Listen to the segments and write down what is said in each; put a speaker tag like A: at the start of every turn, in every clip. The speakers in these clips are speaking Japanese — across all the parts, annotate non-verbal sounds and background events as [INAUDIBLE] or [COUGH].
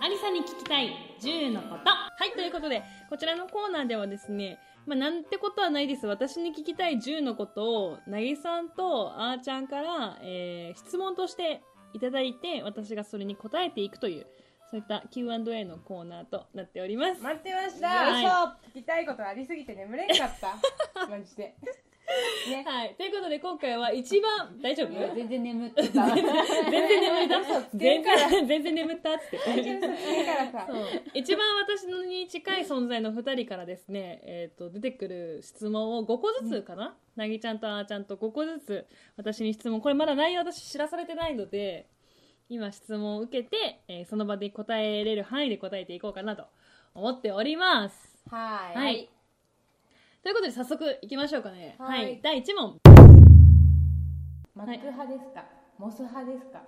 A: ありさに聞きたい10のこと。
B: はい、ということで、こちらのコーナーではですね、まあ、なんてことはないです。私に聞きたい10のことを、なぎさんとあーちゃんから、えー質問としていただいて、私がそれに答えていくという、そういった Q&A のコーナーとなっております。
C: 待ってました、
B: はい
C: 聞きたいことありすぎて眠れんかったマジでね
B: はい、ということで、今回は一番、大丈夫
A: いや全然眠っ
C: [LAUGHS]
A: てた。
B: 全然眠れた
C: 嘘つけ
B: 全
C: んから
B: 然、 [LAUGHS] 全然眠ったっつって。
C: 大丈夫嘘つけんからさ
B: そう一番私のに近い存在の2人からですね、えー、と出てくる質問を5個ずつかな、なぎちゃんとあーちゃんと5個ずつ私に質問これまだ内容私知らされてないので今質問を受けて、えーその場で答えれる範囲で答えていこうかなと思っております
C: はーい、
B: はい、ということで早速いきましょうかね
C: は
B: はいい、第1問
C: マック派ですか、モス派ですか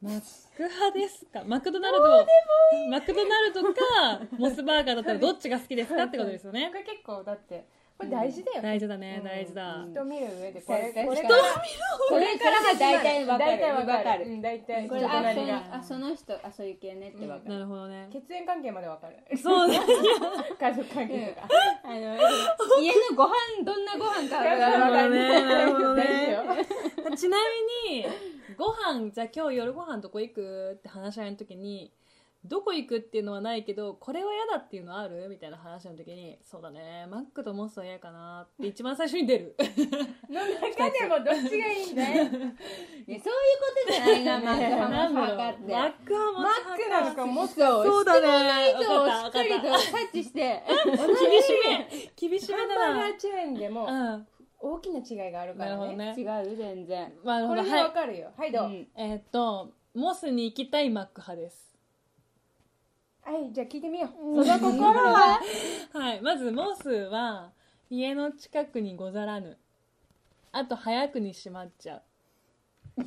B: マック派ですかマクドナルドマクドナルドかモスバーガーだったらどっちが好きですかってことですよね
C: これ結構だってこれ大事だよ、
B: 大事だね
C: うん
B: 大事だ、
C: 人見る上でこ
A: こ
C: れ
A: れ
C: 大
A: こ
C: 事
A: れ
C: か
A: からら、これからが大体わかる。
C: 大体わかる
A: う
C: うんん大体
A: これあ
C: 隣
A: そ
C: が
A: のあ、その人、あ、そういう系ねってわか
B: な
A: る。
B: るほどね
C: 血縁関係までわかる
B: そうね
C: 家族関係とか、
A: あの、家のご飯、どんなご飯かわ
C: [LAUGHS] なるほ
A: か
C: ど
A: る。
C: ね
B: なるほどね
C: 大事
B: [LAUGHS]
C: よ
B: ちなみにご飯じゃあ今日夜ご飯どこ行くって話し合いの時にどこ行くっていうのはないけどこれは嫌だっていうのあるみたいな話の時にそうだねマックとモスは嫌かなって一番最初に出
C: [LAUGHS]
B: る
C: の中でもどっちがいいんだよ
A: ねそういうことじゃないな、マック
B: な
A: 派
B: ん
A: も
B: だろう
A: 分か
B: マ
A: っ
B: ッ
A: て。
B: クはモ
C: マ
B: ス
C: ックなのかモス
A: そう
B: そうだね
A: 質問
B: わかっ
A: の意図をしたっかりと察知して。
B: 厳しめ厳し
C: ハ
B: め
C: ンバーガ
B: だ
C: ーチェーンでも
B: なうん
C: 大きな違いがあるか
B: なる
C: ら
B: ほど
C: ね
B: ね
A: 違う、全然。
B: まあなるほど
C: これで
B: はい
C: わかるよはいどう、
A: うん
B: えーっとモスに行きたいマック派です
C: はいじゃあ聞いてみようその心は
B: はい、まずモスは家の近くにござらぬあと早くに閉まっちゃう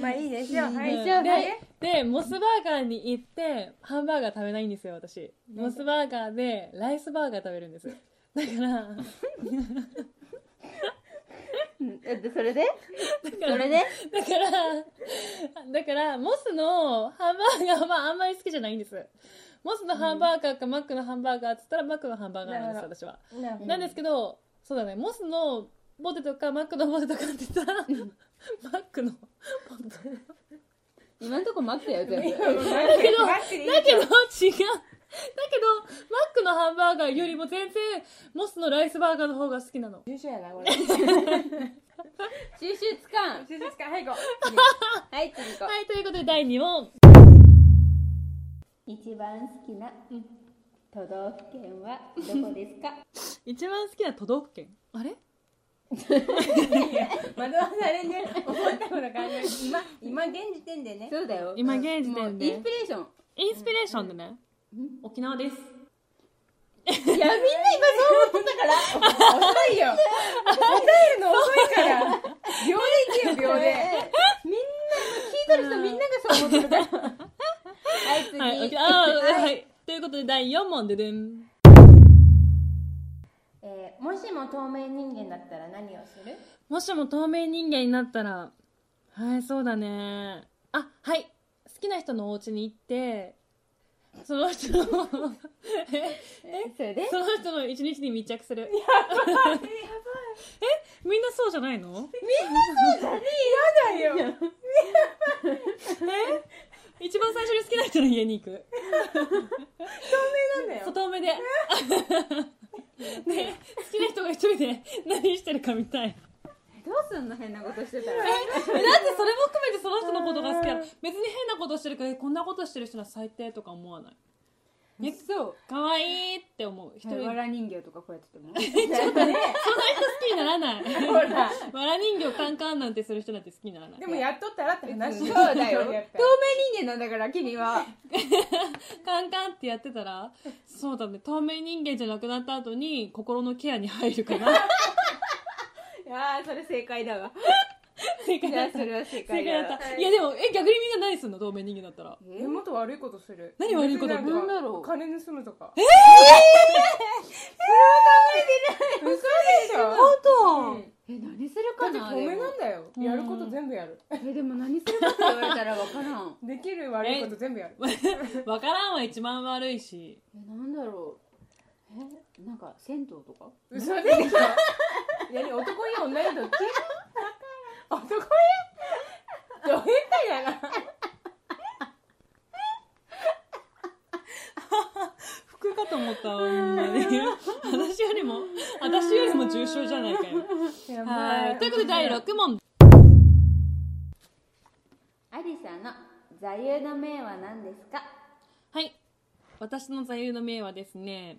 C: まあいいでしょうはい
B: うん
C: じゃあ
B: で
C: はい
B: でモスバーガーに行ってハンバーガー食べないんですよ私モスバーガーでライスバーガー食べるんですだから
A: うんだってそれでそれで
B: だからだからモスのハンバーガーはあんまり好きじゃないんですモスのハンバーガーかマックのハンバーガーっつったらマックのハンバーガーなんです
C: なる
B: 私は
C: な
A: うん
B: なんですけど、そうだね、モスのポテトかマックのポテトかって言ったら、マックのポテト。
A: 今んとこマックだよ、全部。
C: だ
B: けど
C: だけ
B: だけど違う。だけど、マックのハンバーガーよりも全然、モスのライスバーガーの方が好きなの。
C: 優秀やなこれ
A: 収集つかん。
C: 手術かはい行こ
A: はい、次行こう。
B: はい、ということで第2問。
A: 一番好きな都道府県はどこです [LAUGHS] か
B: 一番好きな都道府県。あれ
C: う惑わされ
A: [LAUGHS]
C: ね思ったこと考えて今今現時点でね
A: そうだよ
B: 今現時点で
A: もうインスピレーション
B: インスピレーションでね。沖縄です。
A: いやみんな今そう思ったから
C: 遅いよ答えるの遅いから秒で行けよ秒で
A: みんな聞いてる人みんながそう思ってるからはい次、
B: はい、沖縄、あーはい。ということで第4問ででん。
C: えーもしも透明人間だったら何をする
B: もしも透明人間になったら、はい、そうだね。あ、はい。好きな人のお家に行って、その人の、え
A: えそれで
B: その人の一日に密着する。やばい。え、みんなそうじゃないの
C: いらないよ
B: え一番最初に好きな人の家に行く。
C: なんだよ
B: 外目で。ね、好きな人が一人で何してるかみたい。
A: どうすんの変なことしてたら
B: え、だってそれも含めてその人のことが好きやろ別に変なことしてるから、こんなことしてる人は最低とか思わない。え
A: そう
B: 可愛いって思う。一人で
A: わら人形とかこうやってても
B: そんな人好きにならない。
C: ほら
B: わら人形カンカンなんてする人なんて好きにならない。
C: でもやっとったらって話
A: そうだよ透
C: そうや
A: 明
C: った
A: 人間なんだから君は
B: カンカンってやってたら、そうだね、透明人間じゃなくなった後
A: [LAUGHS]
B: に心のケアに入るかな。
A: ああそれ正解だわ
B: 正解
A: じ
B: だ
A: ゃあ
B: った。
A: それは正
B: 正
A: 解
B: 解だった。
A: はい
B: いやでも、え、逆にみんな何すんの同盟人間だったら。
C: えもっと悪いことする
B: 何悪いことって
C: 別に
A: なんだ
C: な
A: ろうん
C: か金盗むとか嘘でし
A: 本
C: ょ
A: 当、
C: うん
A: え何する
C: だ
A: か
C: って
A: な
C: 米
A: でも
C: なんだよ
B: うん
C: やること全部やる
A: えでも何するかって言われたら分からん
C: できる悪いこと全部やる
B: わからんは一番悪いし。
A: えなんだろうえなんか銭湯とか
C: 嘘でしょやり男湯女湯どっち男湯ど変態だな
B: 服かと思ったわ、ほんまに。私よりも、私よりも重症じゃないかよ。
C: や
B: はい。ということで第6問。
A: アリさんの座右の銘は何ですか
B: はい。私の座右の銘はですね、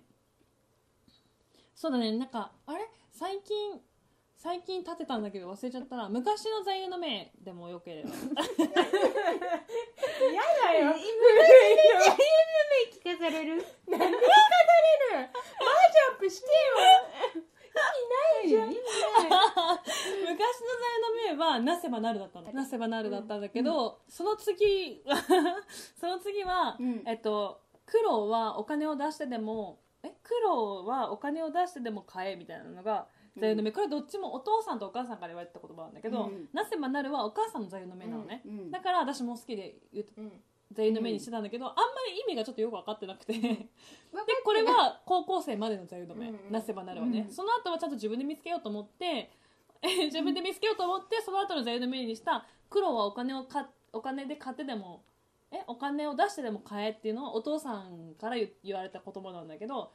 B: そうだね、なんか、あれ最近、最近立てたんだけど忘れちゃったら、昔の座右の銘でもよければ。 [LAUGHS]
C: 嫌だよ
A: 聞かされる
C: マージャンプしてよ意味ない
B: 昔
C: じ
B: の座右の銘は「なせばなる」だったの「なせばなる」だったんだけど、その次 [LAUGHS] その次は、
A: うん
B: えっと「苦労はお金を出してでもえ苦労はお金を出してでも買え」みたいなのが座右の銘、これどっちもお父さんとお母さんから言われた言葉なんだけど「
A: うん
B: なせばなる」はお母さんの座右の銘なのね、
A: うんうん
B: だから私も好きで言う
C: ゃんうん
B: 座右の銘にしてたんだけど、あんまり意味がちょっとよく分かってなくて [LAUGHS] で
A: 分かっ
B: これは高校生までの座右の銘、
C: うんうん
B: なせばなるはね、
A: うん
B: その後はちゃんと自分で見つけようと思ってえ自分で見つけようと思ってその後の座右の銘にした苦労はお金をかお金で買ってでもえお金を出してでも買えっていうのはお父さんから言言われた言葉なんだけど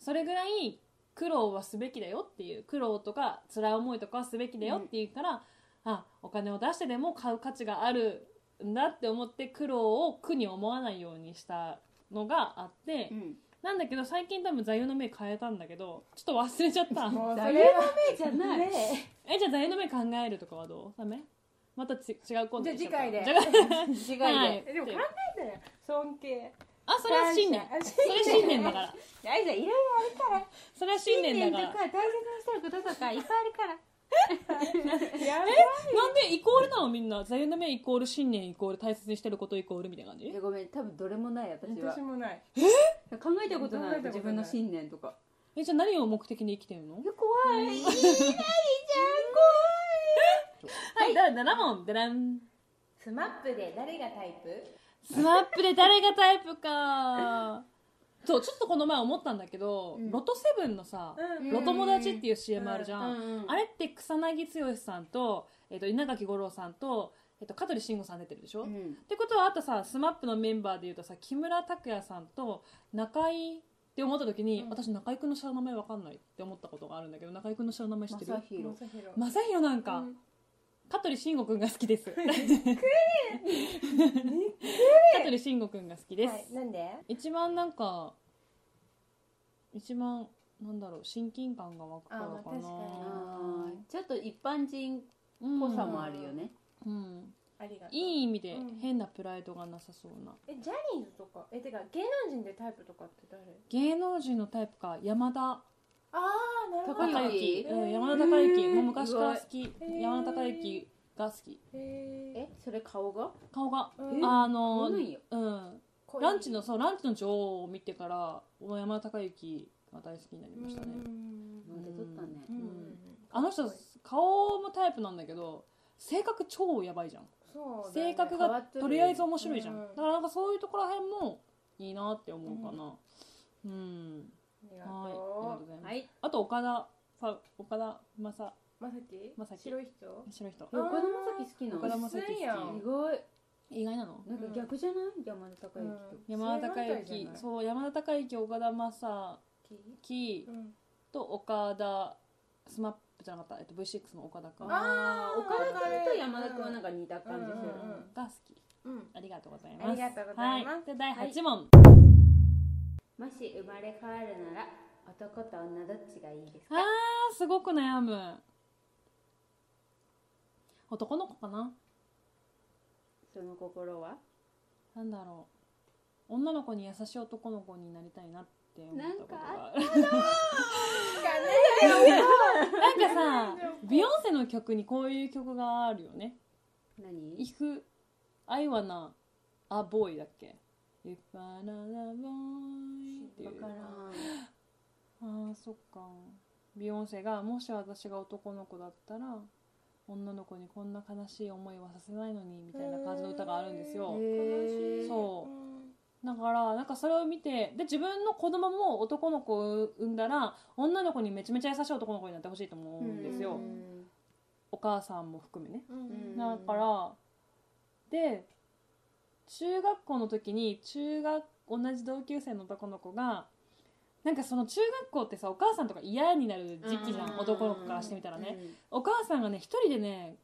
B: それぐらい苦労はすべきだよっていう苦労とか辛い思いとかはすべきだよっていうから、あお金を出してでも買う価値があるんだって思って苦労を苦に思わないようにしたのがあって、
A: うん
B: なんだけど最近多分座右の銘変えたんだけどちょっと忘れちゃった
C: もう
A: 座
C: そ
A: 右
C: れ
A: の
C: は
A: 銘じゃない、
C: ね
B: [LAUGHS] えじゃあ座右の銘考えるとかはどうダメまたち違う今度にしようか
C: じゃあ次回で
B: じゃあ
A: 違いで、
B: はい
C: えでも考えたら尊敬
B: あそれは信念
C: 感謝
B: それは信念だから
A: アリさんいろいろあるから
B: それは信念だ
A: と
B: か
A: から大切にしてることとかいっぱいあるから
C: やばい
B: なんでイコールなのみんな座右の銘イコール信念イコール大切にしてることイコールみたいな感じ
A: いやごめん多分どれもない私は
C: 私もない
A: 考えたことない
C: 考えたことない
A: 自分の信念とか
B: えじゃあ何を目的に生きてるの
A: え怖いいいなりち
B: はいだ7問でらん
C: スマップで誰がタイプ
B: スマップで誰がタイプかそうちょっとこの前思ったんだけど、
A: うん
B: ロトセブンのさ「
C: うん
B: ロトモダチ」っていう CM あるじゃ
A: ゃん
B: ん、あれって草薙剛さんと,、えっと稲垣吾郎さんと、えっと香取慎吾さん出てるでしょ、
A: う
B: っ
A: ん
B: てことはあとさ SMAP のメンバーでいうとさ木村拓哉さんと中居って思った時に、
C: うん
B: 私中居君の下の名前わかんないって思ったことがあるんだけど中居君の下の名前知ってる
A: 正宏
C: 正宏
B: 正宏なんか、
C: うん
B: 香取慎吾くんが好きです [LAUGHS] 香取慎吾くんが好きです、
C: はいなんで
B: 一番なんか一番なんだろう親近感が湧くからかな
C: あまあ確か
A: あ
C: に
A: ーちょっと一般人っ
B: うん
A: ぽさもあるよね
B: うん
C: ありがとう
B: いい意味で
C: うん
B: 変なプライドがなさそうな、
C: えジャニーズとかえてか芸能人でタイプとかって誰
B: 芸能人のタイプか山田
C: ああなるほ
A: 高
C: ど
B: 孝
A: い
B: 之、
C: へー
B: うん、山田孝之もう昔から好き
C: ー
B: 山田孝之が好き
C: え
A: えそれ顔が
B: 顔が
C: え
B: あの
A: ないよ
B: うんランチのそうランチの女王を見てから大山孝之が大好きになりましたね、
C: うん
A: なんで撮ったね
B: うんあの人顔もタイプなんだけど性格超やばいじゃん、
C: そうだよね
B: 性格
A: 変わ
B: が
A: っとる
B: とりあえず面白いじゃん、
C: う
B: だ
C: ん
B: からなんかそういうところらへんもいいなって思うかなうん、
C: ありが
B: はいありがとう
C: と
B: ございます、
A: はい
B: あと岡田さ岡田正
C: うまさき
B: まさき
C: 白い人
B: 白い人
A: え岡田将生好きな
B: 岡田将
A: の
B: 生
C: 薄いや
B: 好
C: ん
A: 意外
B: き意外なの
A: なんか逆じゃない山田孝之と
B: 山田孝
C: 正反対じ
B: 之
C: ゃない
B: そう山田孝之岡田正樹
C: うん
B: と岡田スマップじゃなかった、えっと、V6 の岡田君が
C: あー
A: 岡田君と山田君はなんか似た感じする
C: うんうん
B: 好き
C: うん
B: ありがとうございます
C: ありがとうございます
B: はい、で第8問、
A: もし生まれ変わるなら男と女どっちがいいです
B: あーすごく悩む男の子かな
A: その心は
B: なんだろう女の子に優しい男の子になりたいなってって思ったことがなんかさビヨンセの曲にこういう曲があるよね「
A: 何
B: If I wanna a boy」だっけ「If I wanna a boy」っていうああそっかビヨンセがもし私が男の子だったら女の子にこんな悲しい思いはさせないのにみたいな感じの歌があるんですよ
A: へー
B: そうだからなんかそれを見てで自分の子供も男の子を産んだら女の子にめちゃめちゃ優しい男の子になってほしいと思うんですよ、
A: うん
B: お母さんも含めね
A: うん
B: だからで中学校の時に中学同じ同級生の男の子がなんかその中学校ってさお母さんとか嫌になる時期じゃ
A: うんん
B: 男の子からしてみたらね、お母さんがね一人でね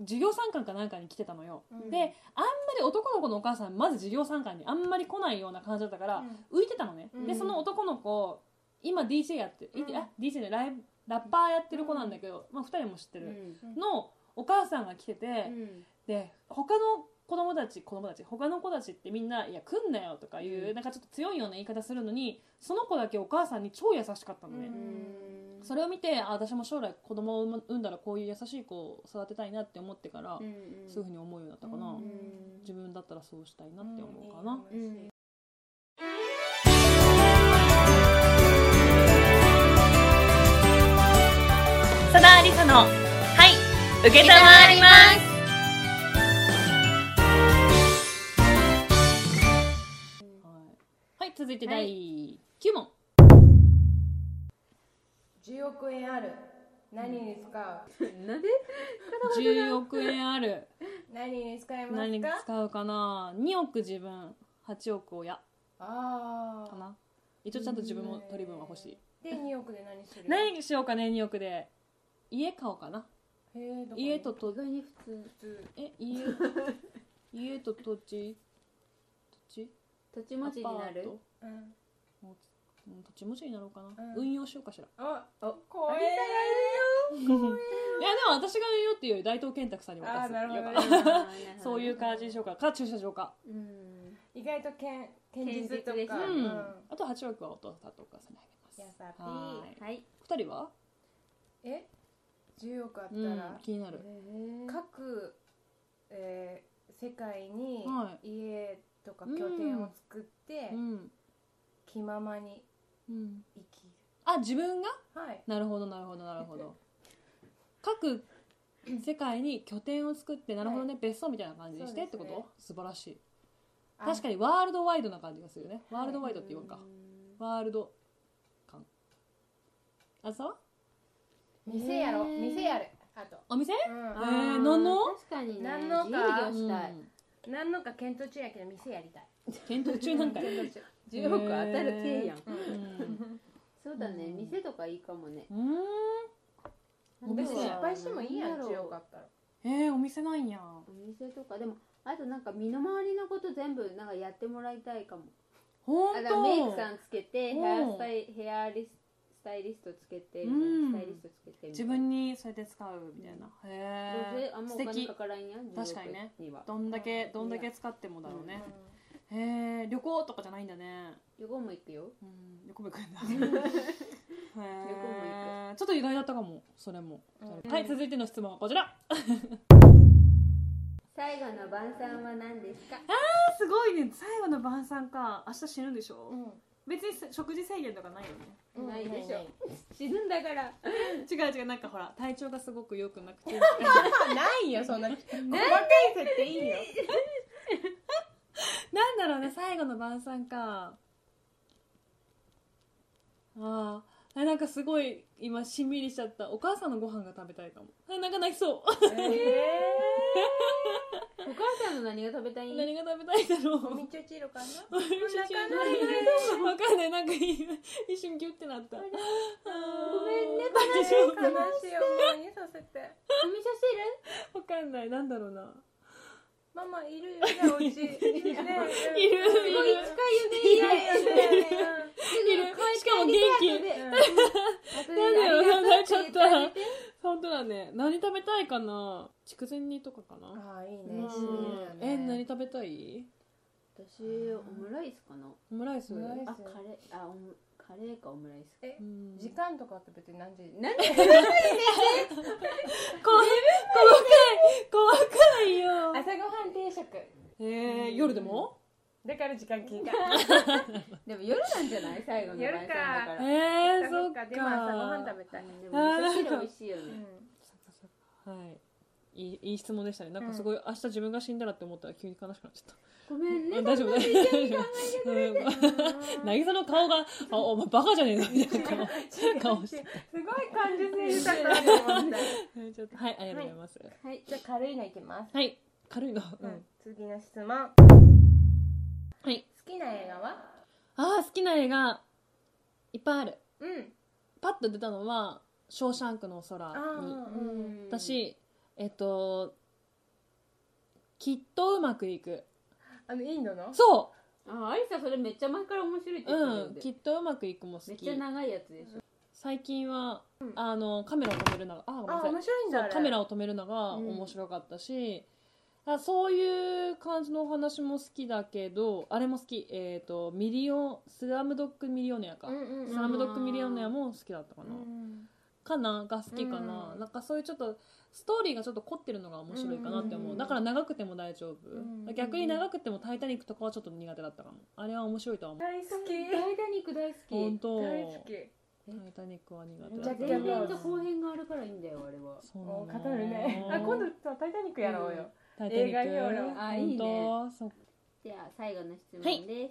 B: 授業参観かなんかに来てたのよ、
C: うん
B: であんまり男の子のお母さんまず授業参観にあんまり来ないような感じだったから、浮いてたのね、
C: うん
B: でその男の子今 DJ やって、い
C: うん
B: あ DJ ねライブラッパーやってる子なんだけど、まあ、2人も知って
A: う
B: る、
A: ん
B: のお母さんが来てて、
A: うん
B: で他の子供たち子供たち他の子たちってみんな「いや来んなよ」とかいう、
A: うん
B: なんかちょっと強いような言い方するのにその子だけお母さんに超優しかったのね、
A: うん
B: それを見てあ私も将来子供を産んだらこういう優しい子を育てたいなって思ってから、
A: うんうん
B: そういうふうに思うようになったかな、
A: ん
B: 自分だったらそうしたいなって思うかな、
A: うん
B: さだありさのはい受けたまわりますはい続いて第9問、
C: 10億円ある何に使
A: なんで
B: 10億円ある
C: う何に使います
B: 何に
C: か
B: 使うかな2億自分8億親
C: あ
B: か
C: あ
B: な一応ちゃんと自分も取り分は欲しい
C: で2億で何する
B: 何にしようかね2億で家買おうかな
C: へーどこに
B: 家とと
A: 意外に普通
C: 普通
B: え
C: [LAUGHS]
B: 家家と土地土地
A: 土地持ちにな
B: アパー
A: る
B: ト
C: うん
B: もううん土地持ちになろうかな、
C: うん
B: 運用しようかしら
C: あ
A: お
C: 怖い
B: いやでも私が運用っていうより大東健拓さんに渡す
C: あーなるほど
B: よ
C: ね
B: かっ
A: あーなるほどね
B: たそういう感じにしようかか駐車場か
A: うん
C: 意外とけん堅実と
A: 堅実です
C: か
B: う、
A: うんん
B: あと8億はお父さんとお母さんにあげます
C: やさぴー
B: はーい
A: はい
B: 2人は、
C: え10億あった
B: うん
C: ら、
B: 気になる
C: 各、えー世界に
B: は
C: 家とか拠点を作って、
B: うん、
C: 気ままに
B: うん、
C: 生きる
B: あ自分が
C: はい
B: なるほどなるほどなるほど各世界に拠点を作ってなるほどね、別荘みたいな感じにしてってこと、
C: そうで
B: 素晴らしい
C: あ
B: 確かにワールドワイドな感じがするよね
C: はい
B: ワールドワイドって言わんか、ワールド感あさは
C: 店やろ
A: ねー
C: 店やるあと、
B: お店
C: う
B: あーなんの
A: 確かにね
C: なんのか
A: 自由業したい
C: ん、何のか検討中やけど店やりたい
B: うん検討中なんかよ、
A: [LAUGHS]
C: 検討中
A: 10億当たる手やん
B: うん、
A: そうだね
B: うん
A: 店とかいいかもね
B: うーん
C: 別に失敗してもいいやん
A: なんだ
C: 10
A: ろう
C: 億あったら
B: えー、お店ないんや
A: お店とかでもあとなんか身の回りのこと全部なんかやってもらいたいかも
B: ほ
A: あ
B: ん
A: だから
B: と
A: メイクさんつけて
B: うん
A: ヘアスタイヘアリススタイリストつけてみたいな
B: うん
A: スタイリストつけてみ
B: 自
A: たいな
B: 分にそうやって使うみたいな、
A: どう
B: へ
A: せ
B: え
A: あんま
B: 素
A: お金
B: 敵
A: かからんやん
B: 確かにね
A: 10億には
B: どんだけどんだけ使ってもだろうね、へえ旅行とかじゃないんだね
A: 旅行も行くよ
B: うん旅行も行くんだへえちょっと意外だったかもそれも、
C: うん
B: はい続いての質問はこちらあ
A: 最後の晩餐は何ですか
B: すごいね最後の晩餐か明日死ぬでしょ、
C: うん
B: 別に食事制限とかないよね
C: うん
A: ないでし
C: ない
A: ょ死ぬんだから
B: 違う違うなんかほら体調がすごく良くなくて
C: ないよそんな細かい設定いいよ
B: なんだろうね最後の晩餐かああなんかすごい今しんみりしちゃったお母さんのご飯が食べたいかもあなんか泣きそう
A: お母さんの何が食べたい
B: 何が食べたいだろう
C: おみちょちろかな
B: わかんない、なんかいい一瞬ギュってなった。ごめんね、大丈
C: 悲しい思いにさせて
A: お味噌汁
B: 夫。わかんない、なんだろうな。
C: ママいるよねお家ねえ
B: いる、
A: すごい近い
C: い
A: よ
C: るよ
A: ね
B: [LAUGHS]
C: ね
B: いる、いる。しかも元気。
C: うん
B: なんだよ
A: ちょっと
B: なんかちょっ本当だね。何食べたいかな。筑前煮とかかな。
C: ああいいね
B: うん
C: 自由だね
B: え、何食べたい？
A: 私オムライスかな
B: オムライス。
C: オムライス
A: あカレーあオムカカレーかオムライスか
C: え
B: うん
C: 時間とかって別に何時何
B: こ細かい細かいよ
C: 朝ごはん定食
B: えー、夜でも
C: だから時間聞いた
A: [LAUGHS] でも夜なんじゃない最後の晩餐だか
B: え
A: ら
B: ー、そっか
C: でも朝ごはん食べたい、
A: でも味噌汁美味しいよ
C: う
A: ね
C: ん
B: はいいいいい質問でしたねなんかすごい、明日自分が死んだらって思ったら急に悲しくなっちゃっ
A: ごめん
B: た、
A: ね
B: 大丈夫大丈夫うん [LAUGHS] 渚の顔が「あお前バカじゃねえの」みたいな顔顔して
C: すごい感受性豊かな問題
B: はいちょっとはいありがとうございますはい、
A: [LAUGHS] はい
C: じゃあ軽いのいきます、
B: 軽いの、う
C: うんん、次の質問好
B: はい
C: きな映画は
B: ああ好きな映画いっぱいある
C: うん
B: パッと出たのは「ショーシャンクの空
C: あ
B: に」
C: ーうん
B: 私えっときっとうまくいく
C: あのインドの
B: そ
A: あアリサそれめっちゃ前から面白いって
B: う
A: 言ってた
B: うんん
A: で
B: きっとうまくいくも
A: め
B: 好
A: っ
B: き
A: ちゃ長いやつでしょ
B: 最近は、
C: うん
B: あのカメラを止めるのがあごめん
C: あ
B: なさい
C: 面白いんだあ
B: そう
C: れ
B: カメラを止めるのが
A: うん
B: 面白かったし、あそういう感じのお話も好きだけどあれも好きえっ、とミリオンスラムドッグミリオネアか、
C: うんうんうん
B: スラムドッグミリオネアも好きだったかな、
C: うん
B: かなが好きかな、
C: うん
B: なんかそういうちょっとストーリーがちょっと凝ってるのが面白いかなって思う、
A: うん
B: だから長くても大丈夫、
C: ん
B: 逆に長くても「タイタニック」とかはちょっと苦手だったかもあれは面白いとは思う
C: 大好
A: ダイダニク大好き
B: 本当
C: き大好き
B: タイタニックは苦手
C: めち
B: だ
C: ゃ
B: っ
C: く
B: た
C: ちゃ上
A: 前
C: 手
A: 編と後編があるからいいんだよあれは
B: そうな
C: も
B: の
C: う語るねあ今度さタイタニックやろうよ
B: タイタニック
C: 映画評論
A: あいいね
B: 本当そっ
A: じゃあ最後の質問
B: はい
A: です、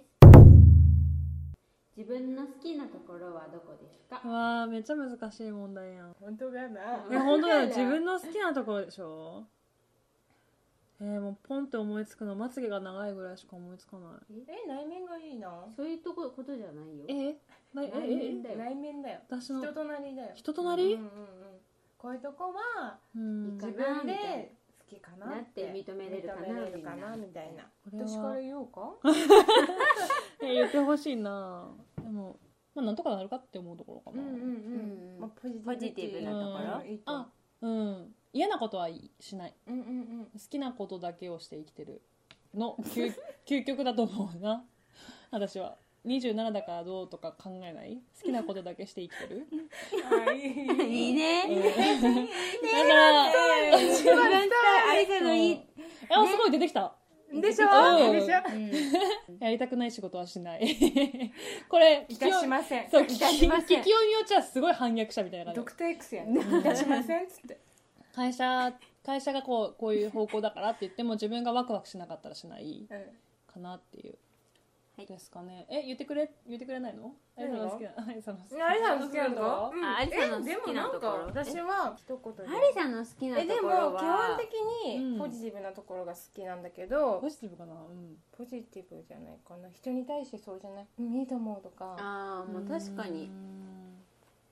A: 自分の好きなところはどこですか
B: かわあめっちゃ難しい問題やん
C: 本当だな
B: ね本当だよ
C: そう
B: 自
C: だよ
B: 分の好きなところでしょえー、もうポンって思いつくのまつげが長いぐらいしか思いつかない
C: え内面がいいな
A: そういうとこことじゃないよ
B: えー、なえ
A: 内
B: ええ
A: 面だよ
C: 内面だよ
B: 私の
C: 人となりだよ
B: 人と
C: と
B: なり、
C: うんうんうん、こういうとこは
B: うん
A: か
C: 自
A: な
C: 分
A: み
C: で
A: たいな
C: 好きかなって
A: なって認めれるかな
C: 認めれるかなみ
A: みた
C: た
A: い
C: い
A: な
C: な
B: これは
C: 言おうか
B: え言ってほしいなでもまあなんとかなるかって思うところか
C: うん
B: な
C: うん
A: うん
C: うん、まあ、ポジ
A: ポジティブなところ
B: うんあうん嫌なことはしない
C: うんうんうん
B: 好きなことだけをして生きてるの
C: [LAUGHS]
B: 究究極だと思うな私は27だからどうとか考えない好きなことだけして生きてる
C: あいい
A: [LAUGHS] いい
B: うん
A: ね
B: だ
C: [LAUGHS]
B: から
A: 一番あれがのいい
B: あすごい出てきた
C: でし
B: う
C: ょ
B: ん
C: でしょ
B: やりたくない仕事はしない [LAUGHS] これ
C: い
B: 聞きよ
C: たしません
B: そう聞
C: い
B: き
C: たしませ
B: 聞
C: ん
B: きようによっちゃすごい反逆者みたいな
C: ド
B: 感じ
C: クター X やねいたしませんっつって
B: 会社会社がこうこういう方向だからって言っても自分がワクワクしなかったらしない
C: うん
B: かなっていう、
A: はい
B: ですかねえ言ってくれ言ってくれないのあゆさんの好きなあゆさんの好きな [LAUGHS]
C: あれさんの好きなとこ
A: うんあれさんの好きなと
C: えでもなんか私は
A: ころ
C: 一言
A: ハリさんの好きなと
C: えでも
A: こ
C: 基本
A: ろは
C: 的
B: うん
C: にポジティブなところが好きなんだけど、
B: [LAUGHS] ポジティブかなうん
C: ポジティブじゃないかな人に対してそうじゃないうんいいと思うとか
A: ああもう確か
B: う
A: に
B: ん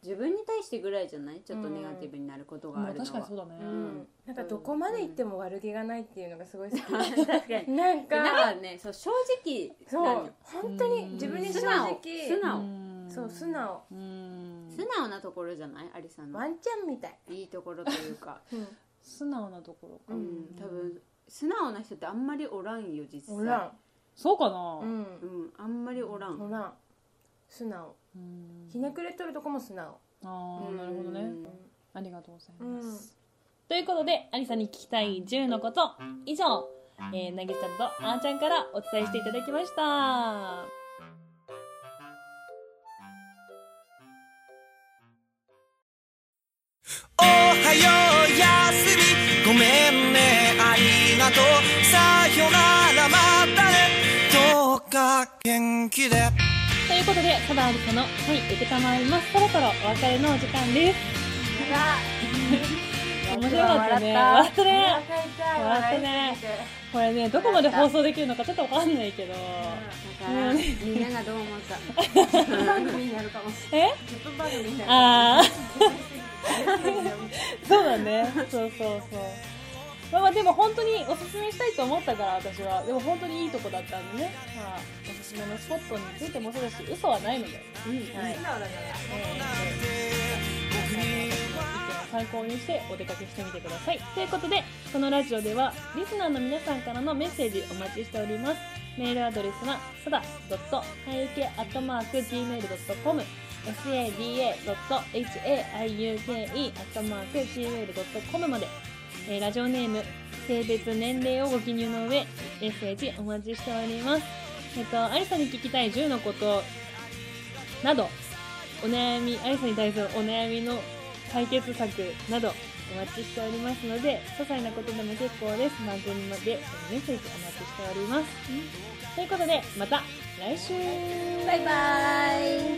A: 自分に対してぐらいじゃないちょっとネガティブになることが
B: ま
A: あ
B: あ
A: るのは
B: 確かにそうだね、
A: う
C: うんんなんかどこまで行っても悪気がないっていうのがすごい好き、
A: [LAUGHS] 確か
C: [LAUGHS]
A: に
C: なんか
A: なんかねそう正直
C: そう
A: なの
C: 本当
B: う
C: に
B: ん
C: 自分に正
A: 素
C: 直
A: 直素直
B: うん
C: そう素直
B: うん
A: 素直なところじゃないアリさんの
C: ワンちゃんみたい、
A: いいところというか
B: 素直なところか、
A: うん多分素直な人ってあんまりおらんよ実際
C: おら
B: そうか
C: ん
B: な
C: う、
A: うんんあんまりおらん
C: おらん素直
B: うん
C: ひねくれとるとこも素直
B: ああなるほどね、
A: うん
B: ありがとうございます。ということで、アリさんに聞きたい10のこと、以上、えー、なぎさんとあーちゃんからお伝えしていただきました。
D: おはようやすみごめんねありがとうさよならまたねどうか元気で
B: ということで、ただありさの、はい、受けたまります。そろそろお別れのお時間です。
C: [LAUGHS]
B: 面白かったね。笑った
C: 笑
B: ね。
C: った
B: 笑ったね
C: [LAUGHS]
B: これね、どこまで放送できるのかちょっとわかんないけど。
A: だから
B: うん
A: みんながどう思った
C: 10分番組になるかもし
B: え
C: れない10分番組になる
B: あ
C: [LAUGHS]
B: ー。そうだね。そうそうそう。まあまあでも本当におすすめしたいと思ったから私は。でも本当にいいとこだったんでね。まあ、おすすめのスポットについてもそうだし、嘘はないので。はい。
C: 素直だから
D: 僕に
B: 参考にしてお出かけしてみてくださいということでこのラジオではリスナーの皆さんからのメッセージお待ちしておりますメールアドレスはさだ .hayuke.gmail.com sada.hayuke.gmail.com まで、えーラジオネーム性別年齢をご記入の上メッセージお待ちしておりますえっとありさに聞きたい10のことなどお悩みありさに対するお悩みの解決策などお待ちしておりますので些細なことでも結構です番組までメッセージお待ちしております、ということでまた来週
A: バイバイ